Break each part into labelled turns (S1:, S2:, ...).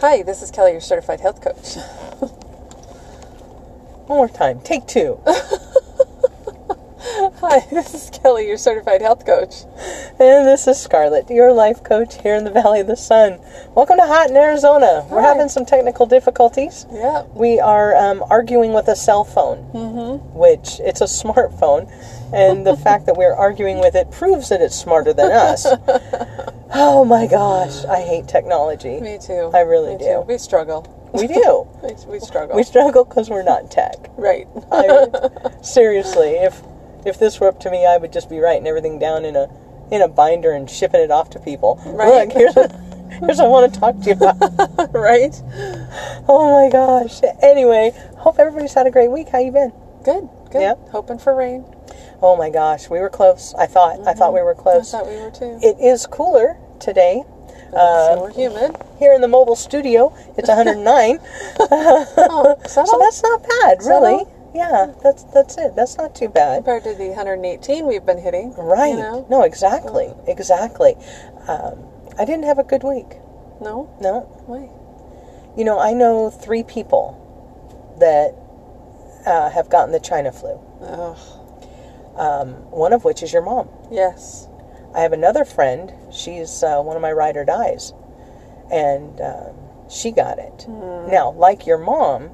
S1: Hi, this is Kelly, your certified health coach.
S2: One more time. Take two.
S1: Hi, this is Kelly, your certified health coach.
S2: and this is Scarlett, your life coach here in the Valley of the Sun. Welcome to Hot in Arizona. We're
S1: Hi.
S2: having some technical difficulties.
S1: Yeah.
S2: We are um, arguing with a cell phone, mm-hmm. which it's a smartphone, and the fact that we're arguing with it proves that it's smarter than us. oh my gosh, I hate technology.
S1: Me too.
S2: I really
S1: Me
S2: do.
S1: We struggle.
S2: We do.
S1: We, we struggle.
S2: We struggle because we're not tech.
S1: right.
S2: I would, seriously, if if this were up to me, I would just be writing everything down in a in a binder and shipping it off to people.
S1: Right.
S2: Look, here's what, here's what I want to talk to you about.
S1: right?
S2: oh my gosh. Anyway, hope everybody's had a great week. How you been?
S1: Good. Good.
S2: Yeah.
S1: Hoping for rain.
S2: Oh my gosh, we were close. I thought I thought we were
S1: Mm-hmm. I
S2: close.
S1: thought we were too.
S2: It is cooler today. Uh,
S1: so we're human.
S2: here in the mobile studio, it's 109.
S1: Oh, is that
S2: so
S1: all?
S2: that's not bad,
S1: that all?
S2: really. Yeah, that's that's it. That's not too bad.
S1: compared to the 118 we've been hitting.
S2: Right.
S1: You know?
S2: No, exactly. Exactly. Um, I didn't have a good week.
S1: No.
S2: No.
S1: Why?
S2: You know, I know three people that uh, have gotten the China flu,
S1: Ugh.
S2: um, one of which is your mom.
S1: Yes.
S2: I have another friend. She's uh, one of my ride or dies, and um she got it.
S1: Mm.
S2: Now, like your mom,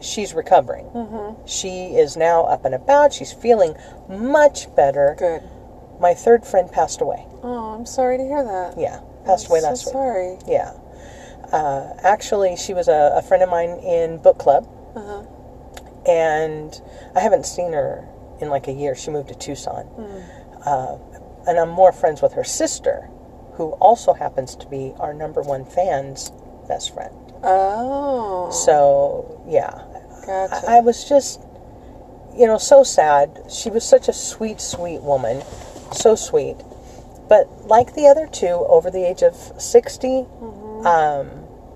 S2: she's recovering.
S1: Mm-hmm.
S2: She is now up and about. She's feeling much better.
S1: Good.
S2: My third friend passed away.
S1: Oh, I'm sorry to hear that.
S2: Yeah, passed
S1: I'm
S2: away
S1: so
S2: last week.
S1: sorry.
S2: Yeah. Uh, actually, she was a, a friend of mine in book club,
S1: Uh-huh.
S2: and I haven't seen her in like a year. She moved to Tucson. Uh, and I'm more friends with her sister, who also happens to be our number one fan's best friend.
S1: Oh.
S2: So, yeah.
S1: Gotcha.
S2: I, I was just, you know, so sad. She was such a sweet, sweet woman. So sweet. But like the other two, over the age of 60, um,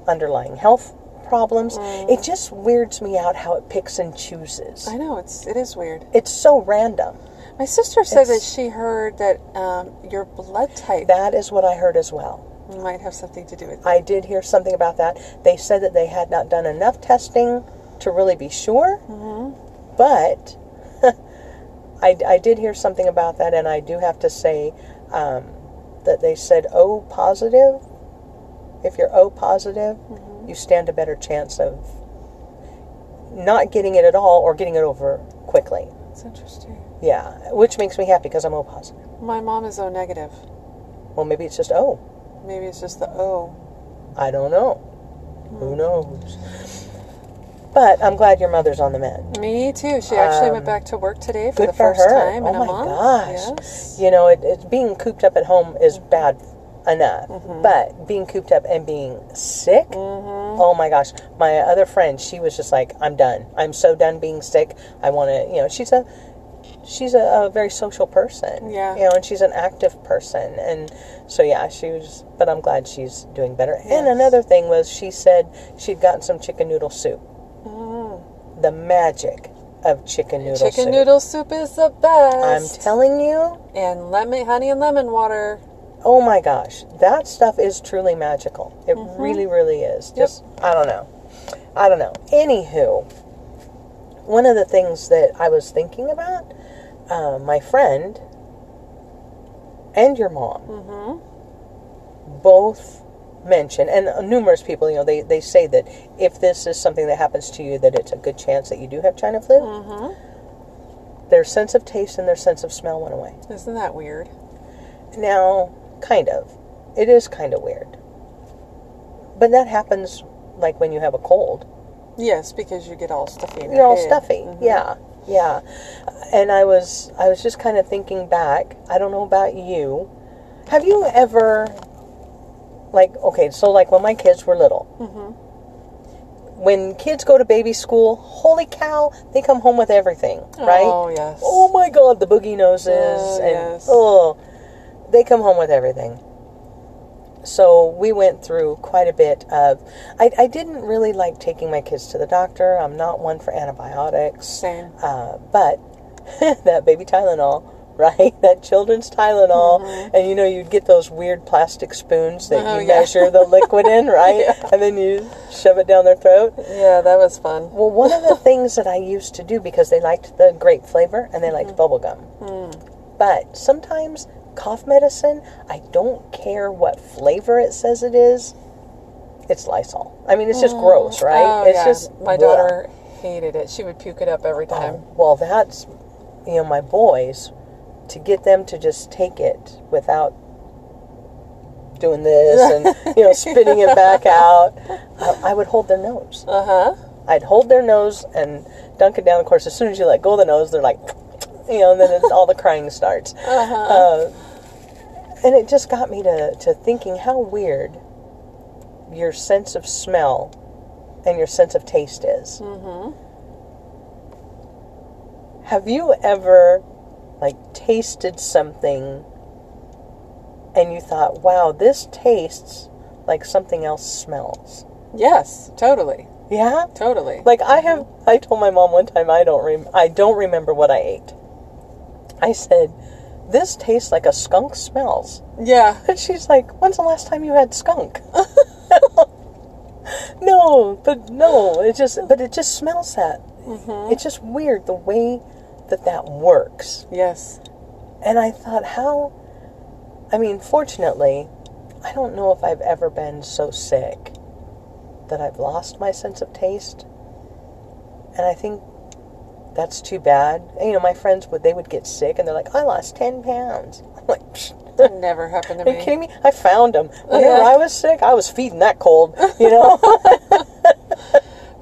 S2: underlying health problems, it just weirds me out how it picks and chooses.
S1: I know it's it is weird.
S2: It's so random.
S1: My sister said that
S2: It's-
S1: she heard that um, your blood type
S2: That is what I heard as well.
S1: might have something to do with it.
S2: I did hear something about that. They said that they had not done enough testing to really be sure, but I, I did hear something about that, and I do have to say um, that they said O positive. If you're O positive, you stand a better chance of not getting it at all or getting it over quickly.
S1: It's interesting.
S2: Yeah, which makes me happy because I'm O positive.
S1: My mom is O negative.
S2: Well, maybe it's just O.
S1: Maybe it's just the O.
S2: I don't know. Who knows? But I'm glad your mother's on the mend.
S1: Me too. She actually
S2: Um,
S1: went back to work today for
S2: Good
S1: the
S2: for
S1: first
S2: her.
S1: time
S2: oh
S1: in
S2: my
S1: a month.
S2: gosh.
S1: Yes.
S2: You know, it, it, being cooped up at home is bad enough,
S1: Mm-hmm.
S2: but being cooped up and being sick, oh my gosh. My other friend, she was just like, I'm done. I'm so done being sick. I want to, you know, she's a. She's a, a very social person,
S1: Yeah.
S2: You know, and she's an active person, and so yeah, she was. But I'm glad she's doing better. And
S1: Yes.
S2: another thing was, she said she'd gotten some chicken noodle soup. The magic of chicken noodle
S1: Mm-hmm. Chicken
S2: soup.
S1: noodle soup is the
S2: I'm
S1: best.
S2: telling you,
S1: and lemon, honey, and lemon water.
S2: oh my gosh, that stuff is truly magical. It really, really is. Just, I don't know. I don't know. Anywho, one of the things that I was thinking about, uh, my friend and your mom both mention, and numerous people, you know, they, they say that if this is something that happens to you, that it's a good chance that you do have China flu. Their sense of taste and their sense of smell went away.
S1: Isn't that weird?
S2: Now, kind of. It is kind of weird. But that happens like when you have a cold.
S1: Yes, because you get all stuffy. in
S2: You're all
S1: your head. Mm,
S2: stuffy.
S1: Mm-hmm.
S2: Yeah. Yeah. And I was I was just kind of thinking back. I don't know about you. Have you ever like okay, so like when my kids were little.
S1: Mm-hmm.
S2: When kids go to baby school, holy cow, they come home with everything, right?
S1: Oh yes.
S2: Oh my god, the boogie noses
S1: Oh,
S2: and
S1: yes.
S2: oh, they come home with everything. So we went through quite a bit of. I, I didn't really like taking my kids to the doctor. I'm not one for antibiotics,
S1: Same.
S2: uh, but that baby Tylenol right? That children's Tylenol, and you know you'd get those weird plastic spoons that
S1: Mm-hmm. Oh,
S2: you
S1: yeah.
S2: measure the liquid in, right? And then you shove it down their throat.
S1: Yeah, that was fun.
S2: Well, one of the things that I used to do because they liked the grape flavor and they
S1: Mm-hmm.
S2: liked bubble gum.
S1: Mm.
S2: But sometimes cough medicine, I don't care what flavor it says it is. It's Lysol. I mean, it's just gross, right?
S1: Oh,
S2: it's
S1: yeah.
S2: just
S1: my
S2: bleh.
S1: daughter hated it. She would puke it up every time.
S2: Oh, well, that's you know my boys to get them to just take it without doing this and you know spitting it back out. I, I would hold their nose.
S1: Uh huh.
S2: I'd hold their nose and dunk it down. Of course, as soon as you let go of the nose, they're like, you know, and then it, all the crying starts. Uh, and it just got me to, to thinking how weird your sense of smell and your sense of taste is. Mm-hmm. Have you ever, like, tasted something and you thought, wow, this tastes like something else smells?
S1: Yes, totally,
S2: Yeah?
S1: totally.
S2: Like I have, I told my mom one time I don't rem- I don't remember what I ate. I said, "This tastes like a skunk smells,"
S1: Yeah,
S2: and she's like, "When's the last time you had skunk?" no, but no, it just but it just smells that. It's just weird the way that that works.
S1: yes.
S2: And I thought, how? I mean, fortunately, I don't know if I've ever been so sick that I've lost my sense of taste. And I think that's too bad. And, you know, my friends would they would get sick and they're like, I lost ten pounds. I'm like, Psh,
S1: That never happened to
S2: are you
S1: me.
S2: kidding me? I found them. Whenever
S1: Oh, Yeah.
S2: I was sick, I was feeding that cold. You know,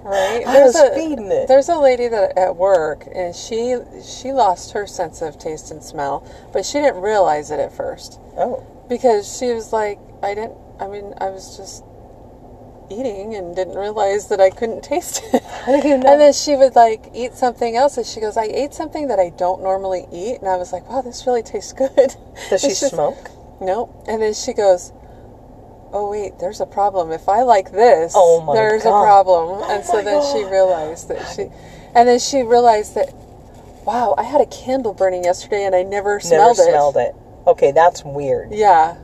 S1: Right?
S2: I
S1: There's
S2: was
S1: a
S2: feeding it.
S1: there's a lady that at work, and she she lost her sense of taste and smell, but she didn't realize it at first
S2: Oh,
S1: because she was like, I didn't. I mean, I was just eating and didn't realize that I couldn't taste it.
S2: how do you know?
S1: And then she would like eat something else, and she goes, "I ate something that I don't normally eat," and I was like, "Wow, this really tastes good."
S2: Does she
S1: It's just-
S2: smoke?
S1: Nope. And then she goes, "Oh wait, there's a problem. If I like this,
S2: Oh, my
S1: there's
S2: God. Oh
S1: a problem." and so
S2: my
S1: then she realized that she, and then she realized that, wow, I had a candle burning yesterday, and I never
S2: Never
S1: smelled it.
S2: smelled it. Okay, that's weird.
S1: Yeah.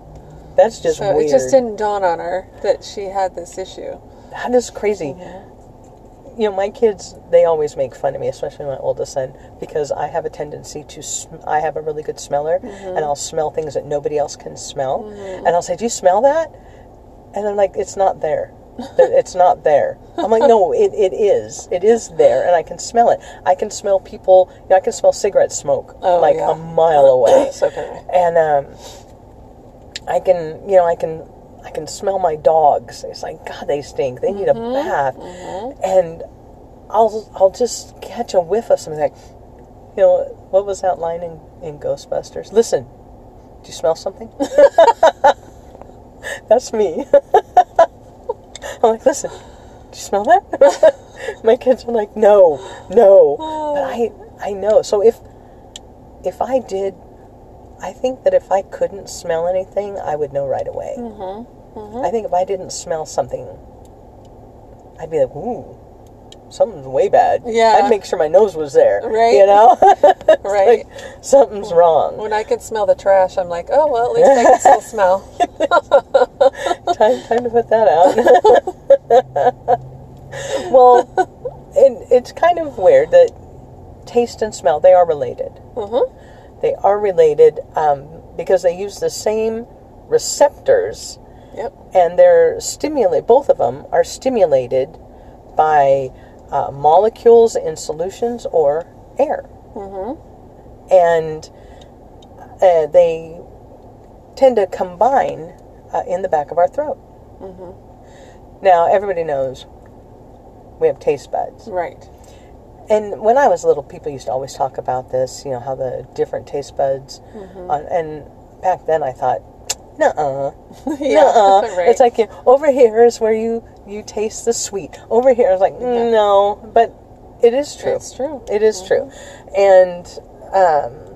S2: That's just
S1: So
S2: weird.
S1: it just didn't dawn on her that she had this issue.
S2: That is crazy.
S1: Mm-hmm.
S2: You know, my kids, they always make fun of me, especially my oldest son, because I have a tendency to, sm- I have a really good smeller,
S1: Mm-hmm.
S2: and I'll smell things that nobody else can smell. And I'll say, Do you smell that? And I'm like, It's not there. That- it's not there. I'm like, No, it, it is. It is there, and I can smell it. I can smell people, you know, I can smell cigarette smoke
S1: Oh,
S2: like
S1: yeah.
S2: a mile away.
S1: So okay.
S2: and, um, I can, you know, I can, I can smell my dogs. It's like, God, they stink. They need a bath. And I'll, I'll just catch a whiff of something. Like, you know, what was that line in, in Ghostbusters? Listen, do you smell something? That's me. I'm like, listen, do you smell that? my kids are like, no, no. But I, I know. So if, if I did I think that if I couldn't smell anything, I would know right away. Mm-hmm. I think if I didn't smell something, I'd be like, ooh, something's way bad.
S1: Yeah.
S2: I'd make sure my nose was there.
S1: Right.
S2: You know? It's
S1: Right.
S2: like, something's wrong.
S1: When I could smell the trash, I'm like, oh well, at least I can still smell.
S2: time, time to put that out. well, it, it's kind of weird that taste and smell, they are related.
S1: Mm-hmm.
S2: They are related um, because they use the same receptors
S1: Yep.
S2: and they're stimulate. Both of them are stimulated by uh, molecules in solutions or air, mm-hmm. and uh, they tend to combine uh, in the back of our throat. Mm-hmm. Now everybody knows we have taste buds,
S1: Right.
S2: and when I was little, people used to always talk about this. You know how the different taste buds, on, and back then I thought, nuh-uh.
S1: yeah.
S2: Nuh-uh.
S1: Right.
S2: uh, It's like you know, over here is where you you taste the sweet. Over here, I was like,
S1: Yeah.
S2: no, but it is true.
S1: It's true. Mm-hmm.
S2: It is true, and um,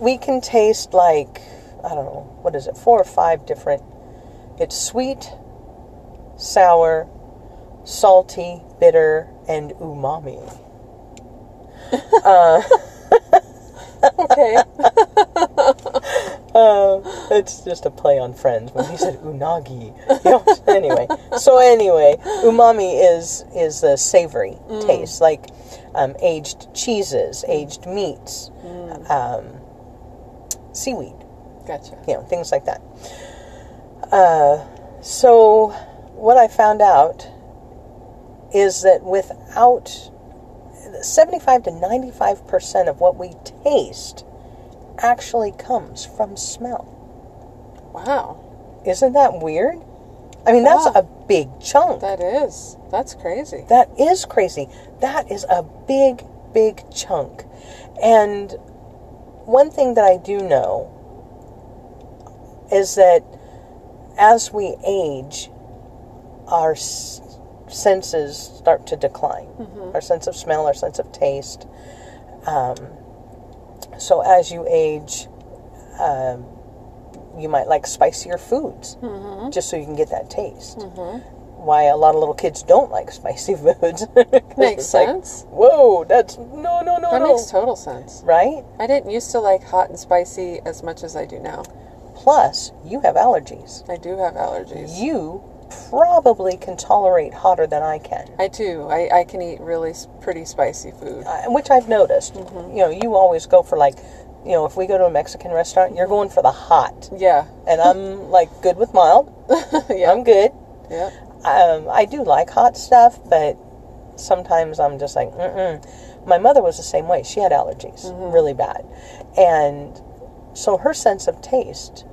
S2: we can taste like I don't know what is it, four or five different. It's sweet, sour, salty, bitter, and umami.
S1: Okay.
S2: Uh, it's just a play on friends. When he said unagi, you know, anyway. So anyway, umami is is the savory taste, like um, aged cheeses, aged meats, um, seaweed,
S1: Gotcha.
S2: you know, things like that. Uh, so what I found out is that without 75 to 95 percent of what we taste actually comes from smell.
S1: Wow.
S2: Isn't that weird? I mean, that's
S1: Yeah.
S2: a big chunk.
S1: That is. That's crazy.
S2: That is crazy. That is a big, big chunk. And one thing that I do know is that as we age, our s- senses start to decline
S1: Mm-hmm.
S2: our sense of smell, our sense of taste. Um, so as you age, um, you might like spicier foods
S1: Mm-hmm.
S2: just so you can get that taste. Why a lot of little kids don't like spicy foods. 'Cause
S1: Makes
S2: it's like,
S1: sense.
S2: Whoa, that's no, no, no,
S1: that
S2: no.
S1: makes total sense.
S2: right?
S1: I didn't used to like hot and spicy as much as I do now.
S2: Plus, you have allergies.
S1: I do have allergies.
S2: You probably can tolerate hotter than I can.
S1: I do. I, I can eat really s- pretty spicy food.
S2: uh, which I've noticed. You know, you always go for like, you know, if we go to a Mexican restaurant, you're going for the hot,
S1: Yeah.
S2: and I'm like good with mild.
S1: yeah.
S2: I'm good.
S1: yeah.
S2: Um, I do like hot stuff, but sometimes I'm just like, mm mm. My mother was the same way. She had allergies, really bad, and so her sense of taste,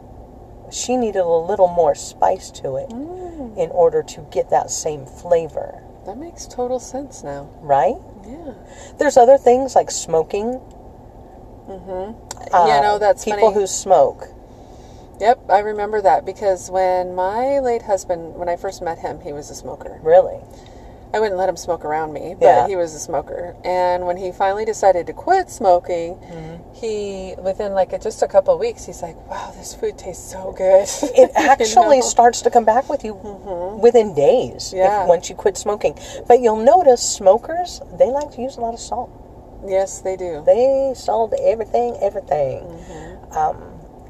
S2: she needed a little more spice to it in order to get that same flavor,
S1: That makes total sense now.
S2: right?
S1: Yeah.
S2: There's other things like smoking.
S1: you
S2: Uh,
S1: know, that's
S2: people
S1: funny.
S2: who smoke.
S1: Yep, I remember that because when my late husband, when I first met him, he was a smoker.
S2: Really?
S1: I wouldn't let him smoke around me, but
S2: Yeah.
S1: he was a smoker. And when he finally decided to quit smoking,
S2: Mm-hmm.
S1: he within like just a couple of weeks, he's like, "Wow, this food tastes so good."
S2: It actually
S1: you know? Mm-hmm.
S2: starts to come back with you within days if-
S1: Yeah.
S2: once you quit smoking. But you'll notice smokers, they like to use a lot of salt.
S1: yes, they do.
S2: They salt everything, everything. Um,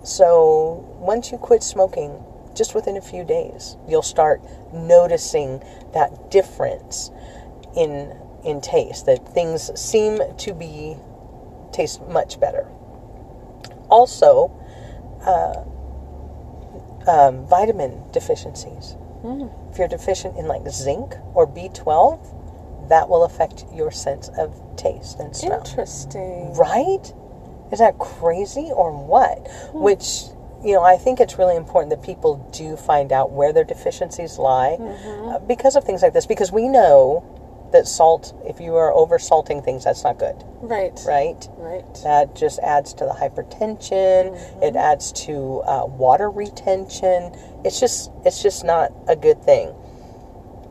S2: so once you quit smoking, just within a few days, you'll start noticing that difference in in taste. That things seem to be taste much better. Also, uh, um, vitamin deficiencies. If you're deficient in like zinc or B12, that will affect your sense of taste and smell.
S1: Interesting.
S2: Right? Is that crazy or what? Which, you know, I think it's really important that people do find out where their deficiencies lie uh, because of things like this. Because we know that salt, if you are over salting things, that's not good,
S1: Right.
S2: right?
S1: Right.
S2: That just adds to the hypertension. It adds to uh, water retention. It's just, it's just not a good thing.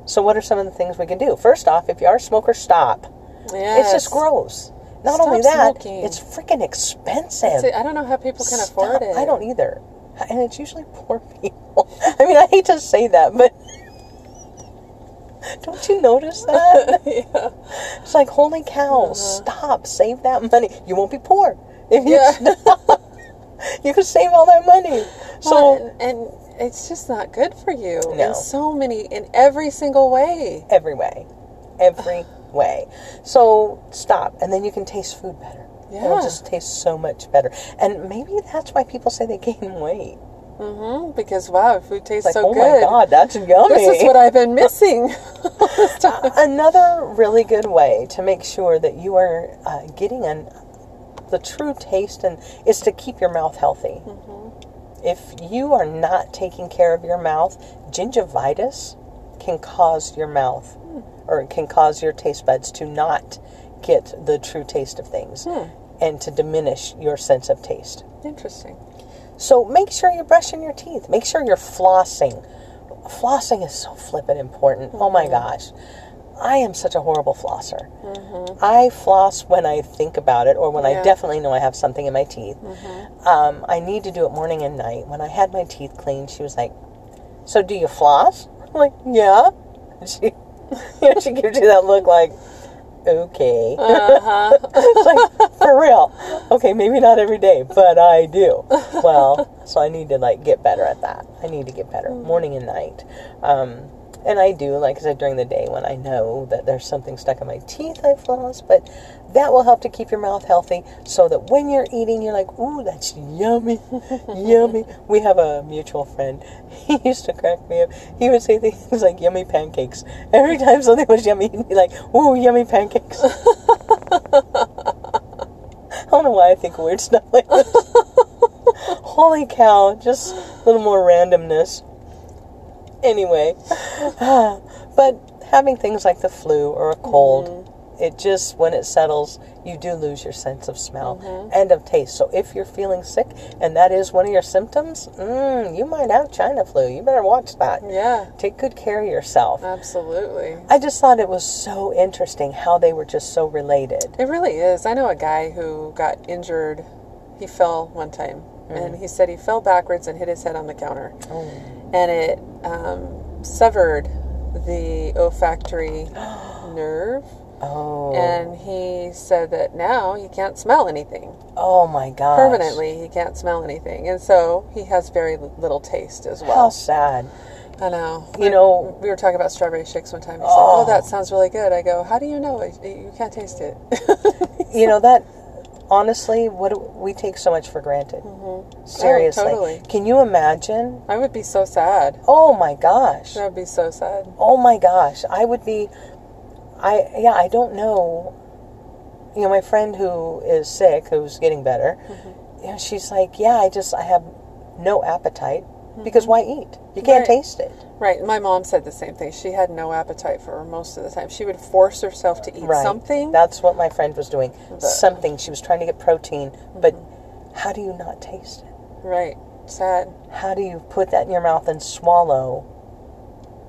S2: So, what are some of the things we can do? First off, if you are a smoker, stop. It's
S1: Yes.
S2: just gross. Not
S1: Stop
S2: only that,
S1: smoking.
S2: it's freaking expensive.
S1: See, I don't know how people can afford
S2: Stop.
S1: it.
S2: I don't either. And it's usually poor people. I mean, I hate to say that, but don't you notice that?
S1: yeah.
S2: It's like, holy
S1: Uh-huh.
S2: cow, stop, save that money. You won't be poor if you
S1: Yeah.
S2: stop. You can save all that money. So
S1: Well, and, and it's just not good for you
S2: No.
S1: in so many, in every single way.
S2: every way, every way. So stop, and then you can taste food better.
S1: Yeah.
S2: It'll just taste so much better. And maybe that's why people say they gain weight.
S1: hmm Because wow, food tastes
S2: Like,
S1: so
S2: oh
S1: good.
S2: my god, that's yummy.
S1: This is what I've been missing. This time.
S2: Another really good way to make sure that you are uh, getting an, the true taste and is to keep your mouth healthy. If you are not taking care of your mouth, gingivitis can cause your mouth or it can cause your taste buds to not get the true taste of things and to diminish your sense of taste.
S1: Interesting.
S2: So make sure you're brushing your teeth. Make sure you're flossing. Flossing is so flippin' important. Oh my gosh. I am such a horrible flosser. I floss when I think about it or when I
S1: Yeah.
S2: definitely know I have something in my teeth. Um, I need to do it morning and night. When I had my teeth cleaned, she was like, So do you floss? I'm like, Yeah. And she, you know, she gives you that look like, okay.
S1: Uh-huh.
S2: it's like for real. Okay, maybe not every day, but I do. Well, so I need to like get better at that. I need to get better morning and night. Um, and I do, like I said, during the day when I know that there's something stuck in my teeth, I floss. But that will help to keep your mouth healthy, so that when you're eating, you're like, "Ooh, that's yummy, yummy." We have a mutual friend. He used to crack me up. He would say things like "yummy pancakes" every time something was yummy. He'd be like, "Ooh, yummy pancakes." I don't know why I think weird stuff like this. Holy cow, just a little more randomness. Anyway, but having things like the flu or a cold, it just, when it settles, you do lose your sense of smell and of taste. So if you're feeling sick and that is one of your symptoms, mm, you might have China flu. You better watch that.
S1: yeah, Uh.
S2: Take good care of yourself.
S1: absolutely.
S2: I just thought it was so interesting how they were just so related.
S1: It really is. I know a guy who got injured. He fell one time,
S2: Mm-hmm.
S1: and he said he fell backwards and hit his head on the counter,
S2: Oh.
S1: and it um, severed the olfactory nerve.
S2: Oh.
S1: And he said that now he can't smell anything
S2: Oh my gosh.
S1: permanently. He can't smell anything, and so he has very little taste as
S2: How
S1: well.
S2: sad.
S1: I know.
S2: Oh. You know,
S1: We were talking about strawberry shakes one time. He's
S2: Oh.
S1: like, "Oh, that sounds really good." I go, "How do you know? it? You can't taste it."
S2: you know that honestly, what do- we take so much for granted. Seriously.
S1: Mm-hmm. Oh, totally.
S2: Can you imagine?
S1: I would be so sad.
S2: Oh my gosh.
S1: That would be so sad.
S2: Oh my gosh. I would be I yeah, I don't know. You know, my friend who is sick, who's getting better,
S1: Mm-hmm.
S2: you know, she's like, "Yeah, I just I have no appetite because why eat? You can't
S1: Mm-hmm. Right.
S2: taste it."
S1: Right. My mom said the same thing. She had no appetite for most of the time. She would force herself to eat something.
S2: That's what my friend was doing. Something. She was trying to get protein, but
S1: Mm-hmm.
S2: how do you not taste it?
S1: right. Sad.
S2: How do you put that in your mouth and swallow?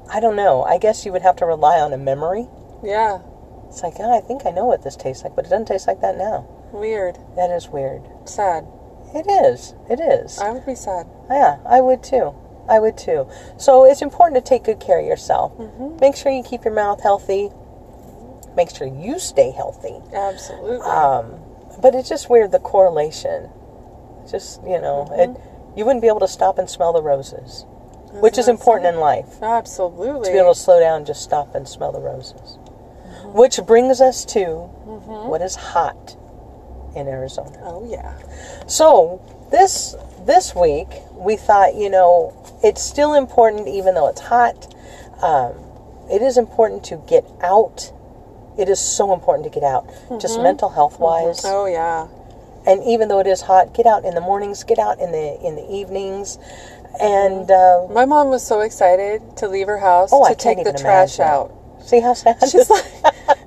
S2: I don't know. I guess you would have to rely on a memory.
S1: Yeah.
S2: It's like, oh, I think I know what this tastes like, but it doesn't taste like that now.
S1: Weird.
S2: That is weird.
S1: Sad.
S2: It is. It is.
S1: I would be sad.
S2: Yeah, I would too. I would too. So it's important to take good care of yourself. Make sure you keep your mouth healthy. Make sure you stay healthy.
S1: Absolutely.
S2: Um, but it's just weird the correlation. Just you know, it you wouldn't be able to stop and smell the roses, which is important in life.
S1: Absolutely.
S2: To be able to slow down, and just stop and smell the roses.
S1: Mm-hmm.
S2: Which brings us to what is hot in Arizona.
S1: oh yeah.
S2: So this this week we thought you know it's still important even though it's hot. Um, it is important to get out. It is so important to get out,
S1: Mm-hmm.
S2: just mental health wise
S1: Oh yeah.
S2: and even though it is hot, get out in the mornings, get out in the in the evenings,
S1: Mm-hmm.
S2: and uh,
S1: My mom was so excited to leave her house
S2: oh,
S1: to
S2: I can't
S1: take the
S2: even
S1: trash
S2: imagine.
S1: out.
S2: See how sad
S1: She's like,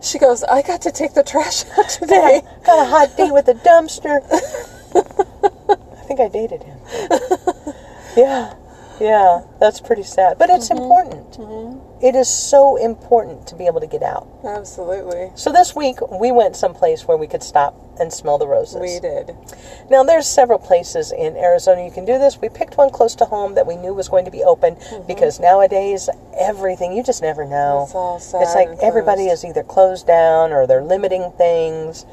S1: she goes, I got to take the trash out today.
S2: got, a, got a hot day with a dumpster. I think I dated him. yeah, yeah, that's pretty sad, but it's important. It is so important to be able to get out.
S1: Absolutely.
S2: So this week we went someplace where we could stop and smell the roses.
S1: We did.
S2: Now, there's several places in Arizona you can do this. We picked one close to home that we knew was going to be open because nowadays everything you just never know.
S1: Mm-hmm. It's all sad
S2: It's like
S1: and
S2: everybody
S1: closed.
S2: is either closed down or they're limiting things.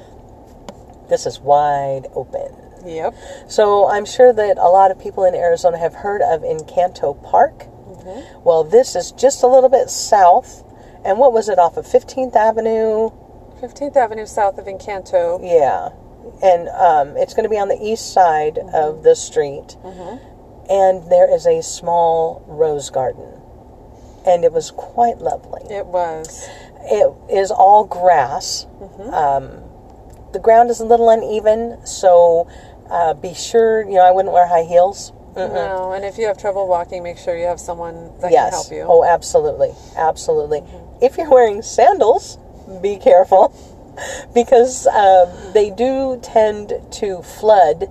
S2: This is wide open.
S1: Yep.
S2: So I'm sure that a lot of people in Arizona have heard of Encanto Park.
S1: Mm-hmm.
S2: Well, this is just a little bit south. And what was it off of 15th Avenue?
S1: 15th Avenue south of Encanto.
S2: Yeah, and um, it's going to be on the east side of the street, and there is a small rose garden, and it was quite lovely.
S1: It was.
S2: It is all grass. Um, the ground is a little uneven, so uh, be sure you know I wouldn't wear high heels.
S1: No, and if you have trouble walking, make sure you have someone that can
S2: yes.
S1: help you. Mm-hmm.
S2: Oh, absolutely, absolutely. If you're wearing sandals, be careful because um, they do tend to flood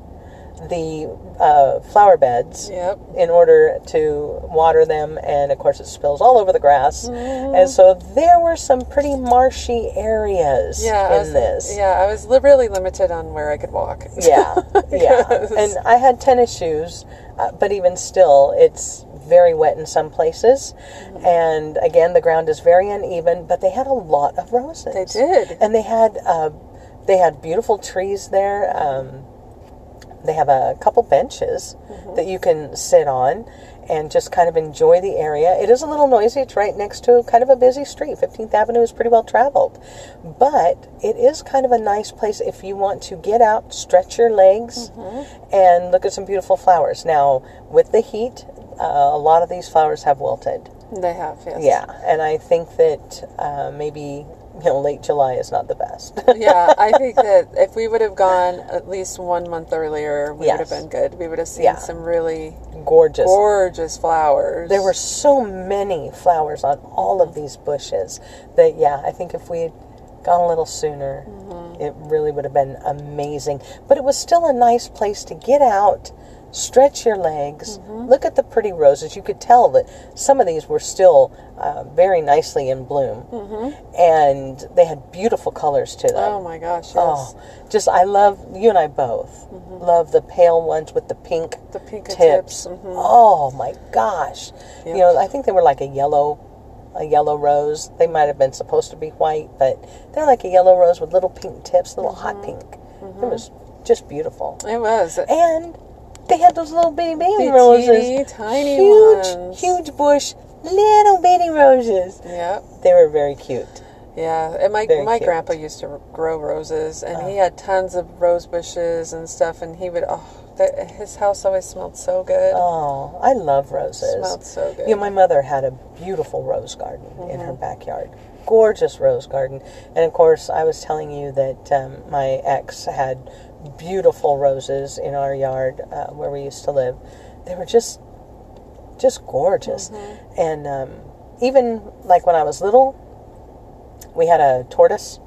S2: the uh, flower beds
S1: Yep.
S2: in order to water them, and of course it spills all over the grass.
S1: Mm-hmm.
S2: And so there were some pretty marshy areas
S1: Yeah. I
S2: in
S1: was,
S2: this.
S1: Yeah, I was li- really limited on where I could walk.
S2: Yeah, yeah. And I had tennis shoes, uh, but even still, it's very wet in some places. And again, the ground is very uneven, but they had a lot of roses.
S1: They did.
S2: And they had uh, they had beautiful trees there. Um, they have a couple benches
S1: Mm-hmm.
S2: that you can sit on and just kind of enjoy the area. It is a little noisy. It's right next to kind of a busy street. 15th Avenue is pretty well traveled. But it is kind of a nice place if you want to get out, stretch your legs,
S1: Mm-hmm.
S2: and look at some beautiful flowers. Now, with the heat, uh, a lot of these flowers have wilted.
S1: They have, yes.
S2: Yeah, and I think that uh, maybe you know late July is not the best.
S1: yeah, I think that if we would have gone at least one month earlier, we would
S2: Yes.
S1: have been good. We would have seen
S2: Yeah.
S1: some really
S2: Gorgeous.
S1: gorgeous flowers.
S2: there were so many flowers on all of these bushes that yeah i think if we had gone a little sooner it really would have been amazing but it was still a nice place to get out stretch your legs look at the pretty roses you could tell that some of these were still uh, very nicely in bloom and they had beautiful colors to them
S1: Oh my gosh, yes.
S2: Oh, just I love you and I both love the pale ones with the pink
S1: Mm-hmm. The pink tips.
S2: tips.
S1: mhm.
S2: Oh my gosh!
S1: Yep.
S2: You know, I think they were like a yellow, a yellow rose. They might have been supposed to be white, but they're like a yellow rose with little pink tips, little hot
S1: Mm-hmm.
S2: pink. It was just beautiful,
S1: It was.
S2: and they had those little bitty baby
S1: The
S2: roses,
S1: teeny tiny
S2: huge,
S1: ones.
S2: huge bush, little bitty roses.
S1: Yep.
S2: They were very cute.
S1: Yeah, and my
S2: Very
S1: my
S2: cute. Oh.
S1: grandpa used to grow roses, and he had tons of rose bushes and stuff. And he would oh, the, his house always smelled so good.
S2: Oh, I love roses.
S1: Smelled so good. Mm-hmm.
S2: You know, my mother had a beautiful rose garden in her backyard. Gorgeous rose garden. And of course, I was telling you that um, my ex had beautiful roses in our yard uh, where we used to live. They were just just gorgeous.
S1: Mm-hmm.
S2: And um, even like when I was little, we had a tortoise.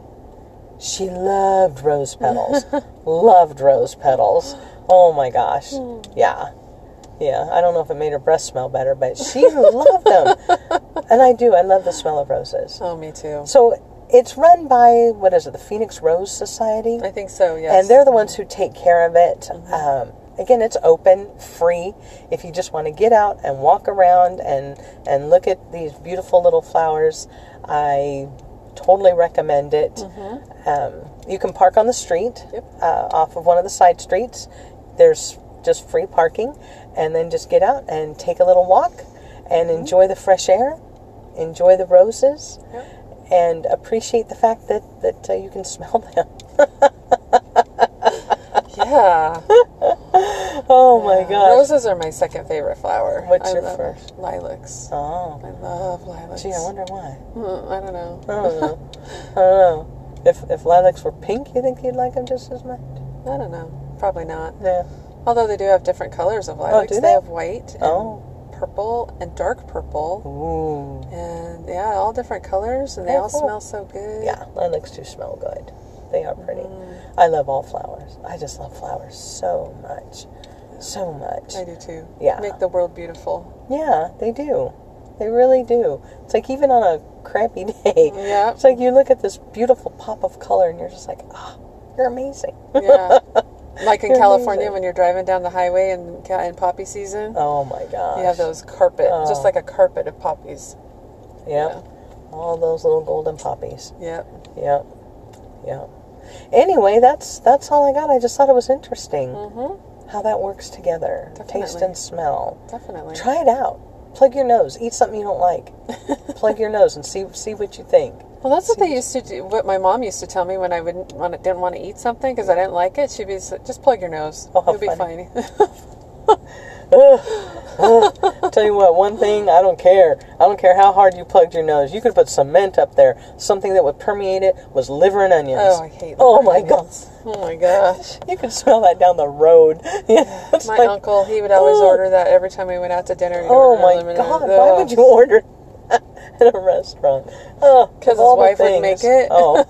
S2: She loved rose petals. loved rose petals. Oh my gosh. Yeah. Yeah. I don't know if it made her breath smell better, but she loved them. And I do. I love the smell of roses.
S1: oh, me too.
S2: So it's run by, what is it, the Phoenix Rose Society?
S1: I think so. Yes. Mm-hmm.
S2: and they're the ones who take care of it. Um, again, it's open, free. If you just want to get out and walk around and and look at these beautiful little flowers, I totally recommend it. Um, you can park on the street
S1: Mm-hmm. Yep.
S2: uh, off of one of the side streets. There's just free parking, and then just get out and take a little walk and
S1: Mm-hmm.
S2: enjoy the fresh air, enjoy the roses.
S1: Yep.
S2: And appreciate the fact that that uh, you can smell them.
S1: yeah.
S2: Oh my gosh!
S1: Roses are my second favorite flower.
S2: What's
S1: I
S2: your
S1: love
S2: first?
S1: Lilacs.
S2: Oh.
S1: I love lilacs.
S2: Gee, I wonder why.
S1: Mm, I don't know.
S2: I don't know. I don't know. If, if lilacs were pink, you think you'd like them just as much?
S1: I don't know. Probably not.
S2: Yeah.
S1: Although they do have different colors of lilacs.
S2: Oh, do
S1: they?
S2: they?
S1: have white and
S2: Oh.
S1: purple and dark purple.
S2: Ooh.
S1: And yeah, all different colors and they
S2: They're
S1: all
S2: cool.
S1: smell so good.
S2: Yeah, lilacs do smell good. They are pretty. I love all flowers. I just love flowers so much. So much.
S1: I do too.
S2: Yeah.
S1: Make the world beautiful.
S2: Yeah, they do. They really do. It's like even on a crappy day,
S1: Yeah.
S2: it's like you look at this beautiful pop of color and you're just like, ah, you're amazing.
S1: Yeah. Like in
S2: You're
S1: California
S2: amazing.
S1: when you're driving down the highway in, ca- in poppy season.
S2: Oh my gosh.
S1: You have those carpet, just
S2: Oh.
S1: like a carpet of poppies.
S2: Yep. All those little golden poppies.
S1: Yep.
S2: Yep. Yep. Anyway, that's that's all I got. I just thought it was interesting how that works together. Taste
S1: Mm-hmm. Definitely.
S2: and smell.
S1: Definitely.
S2: Try it out. Plug your nose. Eat something you don't like. Plug your nose and see see what you think.
S1: Well, that's what they used to do. What my mom used to tell me when I wouldn't want to, didn't want to eat something because I didn't like it. She'd be s- just plug your nose.
S2: Oh, how
S1: You'll be
S2: funny.
S1: fine.
S2: Tell you what, one thing I don't care. I don't care how hard you plugged your nose. You could put cement up there. Something that would permeate it was liver and onions.
S1: oh, I hate.
S2: Oh
S1: liver
S2: my
S1: onions. Oh my gosh.
S2: gosh. You could smell that down the road. Yeah, it's
S1: My
S2: like-
S1: uncle, he would always
S2: Oh.
S1: order that every time we went out to dinner.
S2: Oh my God! Why would you order at a restaurant? Oh,
S1: Because his
S2: all the
S1: wife would make
S2: things.
S1: it.
S2: Oh,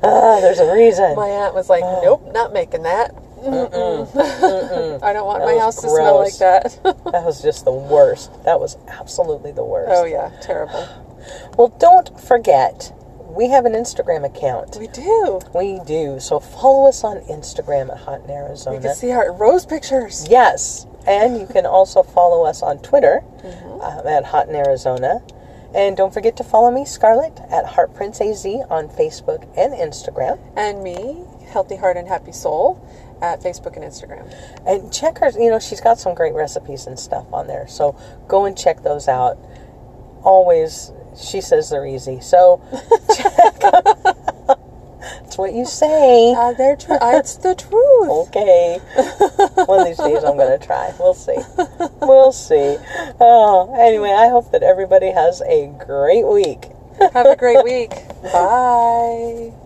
S2: well. ah, there's a reason.
S1: Oh. My aunt was like, "Nope, not making that." I don't want my
S2: was
S1: house to smell like
S2: gross.
S1: that.
S2: That was just the worst. That was absolutely the worst.
S1: oh yeah, terrible.
S2: Well, don't forget, we have an Instagram account.
S1: We do.
S2: We do. So follow us on Instagram at Hot in Arizona.
S1: You can see our rose pictures.
S2: Yes. And you can also follow us on Twitter
S1: Mm-hmm.
S2: um, at Hot in Arizona. And don't forget to follow me, Scarlett, at Heart Prince AZ on Facebook and Instagram.
S1: And me, healthy heart and happy soul, at Facebook and Instagram.
S2: And check her, you know, she's got some great recipes and stuff on there. So go and check those out. Always, she says they're easy. So check. That's what you say.
S1: Uh, they're tr- uh, it's the truth.
S2: Okay. One of these days I'm going to try. We'll see. We'll see. Oh, anyway, I hope that everybody has a great week.
S1: Have a great week. Bye.